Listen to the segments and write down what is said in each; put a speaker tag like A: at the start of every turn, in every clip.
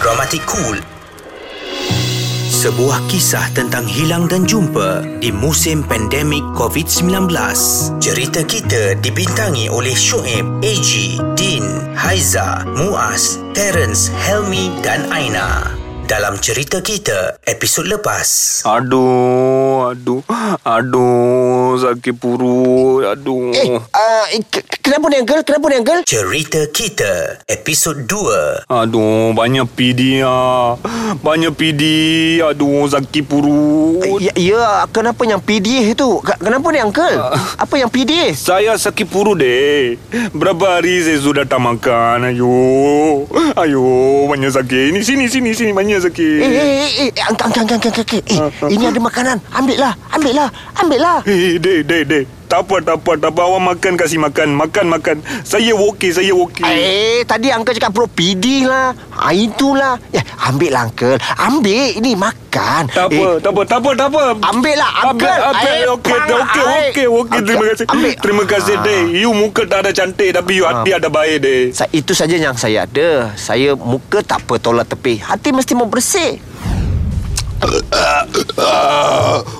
A: Cantik Cool. Sebuah kisah tentang hilang dan jumpa di musim pandemik COVID-19. Cerita kita dibintangi oleh Shoaib, AG, Din, Haiza, Muaz, Terence, Helmi dan Aina. Dalam cerita kita episod lepas.
B: Aduh, aduh, aduh, sakit perut, aduh.
C: Eh, uh, eh, ke- ke- kenapa ni uncle? Kenapa ni uncle?
A: Cerita kita episod 2.
B: Aduh, banyak PD ah. Banyak PD, aduh, sakit perut.
C: Ya, ya, kenapa yang PDA tu? Ke- Kenapa ni uncle? Apa yang PDA?
B: Saya sakit perut deh. Berapa hari saya sudah tak makan, ayo. Ayo, banyak sakit. Ini, sini, sini, sini, banyak sakit.
C: Eh, eh, eh, eh, eh, angkat, angkat, angkat, angkat, angkat. Eh, ini ada makanan. Ambil lah, ambil lah, ambil lah.
B: Eh, deh, deh, deh. Tak apa, tak apa, tak apa. Awak makan, kasih makan. Makan, makan. Saya okey, saya okey.
C: Eh, tadi angkat cakap pro PD lah. Ha, itulah. Ya, ambil lah, uncle. Ambil, ini makan.
B: Tak
C: Eh,
B: apa, tak apa, tak apa, tak apa.
C: Ambil lah,
B: Ambil,
C: uncle.
B: ambil,
C: Air
B: okey,
C: pang,
B: okey,
C: air.
B: okey, okey. Terima
C: Ambil,
B: kasih.
C: ambil.
B: Terima kasih,
C: Ah.
B: Dek. You muka tak ada cantik tapi you hati ada baik, Dek.
C: Sa- itu saja yang saya ada. Saya muka tak apa tolak tepi. Hati mesti mau bersih.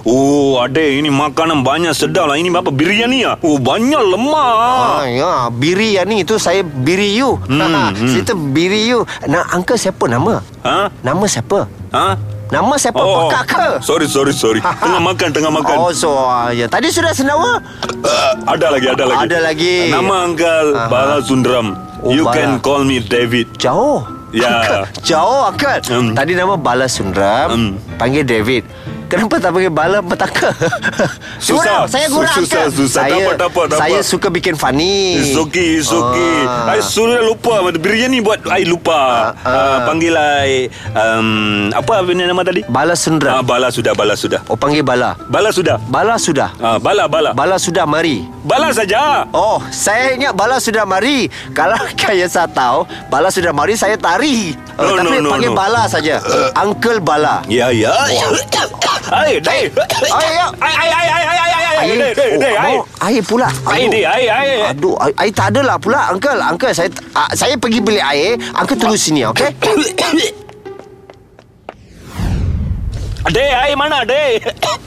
B: Oh, Ade, ini makanan banyak sedap lah. Ini apa, biryani ya? Oh, banyak lemak.
C: Ah, ya, biri yang ni itu saya biri you.
B: Hmm,
C: Hmm,
B: hmm.
C: Situ biri you. Nah, uncle siapa nama?
B: Ha?
C: Nama siapa?
B: Ha?
C: Nama siapa? Oh. Pakak ke?
B: sorry, sorry, sorry. Tengah makan, tengah makan.
C: Oh, so ah, ya. Tadi sudah sendawa?
B: Ada lagi, ada lagi.
C: Ada lagi.
B: Nama Angkal
C: Aha.
B: Bala Sundram.
C: Oh,
B: you
C: Bala.
B: can call me David.
C: Jauh.
B: Ya.
C: Uncle, Jauh, uncle.
B: Hmm.
C: Tadi nama Bala Sundram.
B: Hmm.
C: Panggil David. Kenapa tak panggil Bala Petaka?
B: Susah.
C: Gurau, saya gurau,
B: Susah,
C: uncle.
B: susah. Tak
C: Saya,
B: apa, tak apa, tak
C: saya
B: apa.
C: suka bikin funny.
B: It's okay, it's okay. I
C: Ah.
B: sudah lupa. Biryani buat I lupa.
C: Ah, ah.
B: Uh, panggil I... Um, apa punya nama tadi? Ah,
C: Bala Sundram.
B: bala sudah, bala sudah.
C: Oh, panggil Bala.
B: Bala sudah.
C: Bala sudah.
B: Ah, bala, bala.
C: Bala sudah mari.
B: Bala saja.
C: Oh, saya ingat bala sudah mari. Kalau kaya saya tahu, bala sudah mari saya tari.
B: No,
C: Oh, tapi
B: no, no, no.
C: panggil
B: Eh,
C: bala saja. Uncle Bala.
B: Ya, ya. Ai, dai. Ai,
C: Air,
B: ai, ai, ai, ai, ai, ai, ai, dai, dai, dai, ai.
C: Oh, air, air pula.
B: Ai, dai, ai, ai.
C: Aduh, air, air tak adalah pula, Uncle. Uncle, saya ah, saya pergi beli air. Uncle tunggu sini, okey?
B: Dai, ai mana, dai?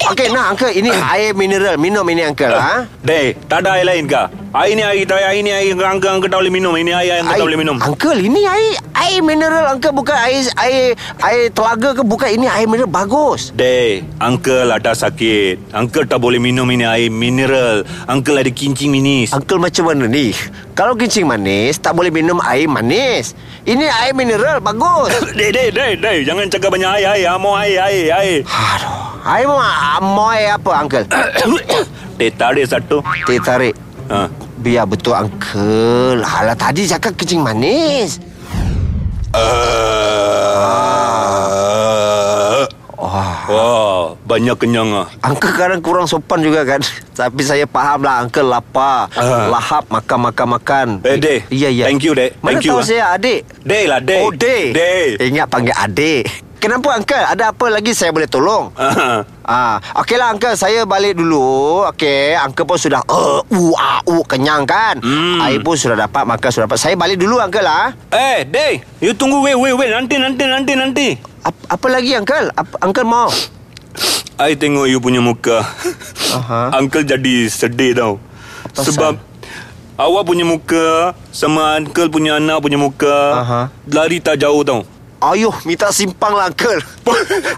C: Okey, nah, Uncle. Ini air mineral. Minum ini, Uncle. Ha?
B: Dai, tak ada air lain kah? Air ni air, tak air ni air, angka angka tak boleh minum. Ini air yang tak boleh minum.
C: Uncle, ini air air mineral, Uncle. Bukan air air air telaga ke? Bukan. Ini air mineral. Bagus.
B: Deh, uncle ada sakit. Uncle tak boleh minum ini air mineral. Uncle ada kincing minis.
C: Uncle macam mana ni? Kalau kencing manis, tak boleh minum air manis. Ini air mineral, bagus.
B: Deh, deh, deh, deh. Jangan cakap banyak air, air. Ah, Mau air, air, air.
C: Aduh, air mau, mau air apa, Uncle?
B: Teh tarik satu.
C: Teh tarik.
B: Ha.
C: Biar betul, Uncle. Alah, tadi cakap kencing manis. Wah,
B: Wah, banyak kenyang ah.
C: Uncle kadang kurang sopan juga kan? Tapi saya faham lah, Uncle lapar.
B: Ah.
C: Lahap, makan, makan, makan.
B: Eh, Deh.
C: Iya, iya.
B: Thank you, Deh.
C: Mana
B: Thank you,
C: tahu
B: ah.
C: saya adik?
B: Deh lah, deh.
C: Oh, Dek.
B: Deh.
C: Ingat panggil adik. Kenapa, Uncle? Ada apa lagi saya boleh tolong?
B: Ah.
C: Ah, okeylah uncle saya balik dulu. Okey, uncle pun sudah uh, uh, uh, uh kenyang kan?
B: Hmm.
C: Air pun sudah dapat, makan sudah dapat. Saya balik dulu uncle lah.
B: Eh, deh. You tunggu, wait, wait, wait. Nanti, nanti, nanti, nanti.
C: Apa, apa lagi uncle? Apa, uncle mau?
B: I tengok you punya muka.
C: Aha.
B: Uncle jadi sedih tau.
C: Pasal?
B: Sebab awak punya muka sama uncle punya anak punya muka
C: Aha.
B: lari tak jauh tau.
C: Ayuh, minta simpang lah uncle.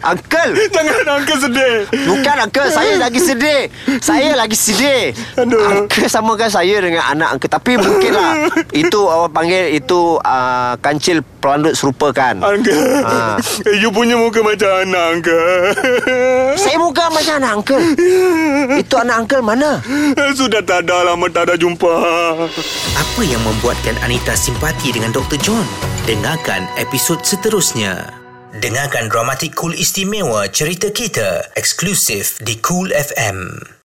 C: uncle,
B: Jangan uncle sedih.
C: bukan uncle, saya lagi sedih. Saya lagi sedih.
B: Aduh.
C: Uncle samakan saya dengan anak uncle, tapi mungkinlah itu awak panggil itu uh, kancil pelandut serupa kan?
B: Uncle. Eh,
C: Ah.
B: You punya muka macam anak uncle.
C: Saya muka macam anak uncle. Itu anak uncle mana?
B: Sudah tak ada lama tak ada jumpa.
A: Apa yang membuatkan Anita simpati dengan Dr. John? Dengarkan episod seterusnya. Dengarkan dramatik cool istimewa cerita kita eksklusif di Cool FM.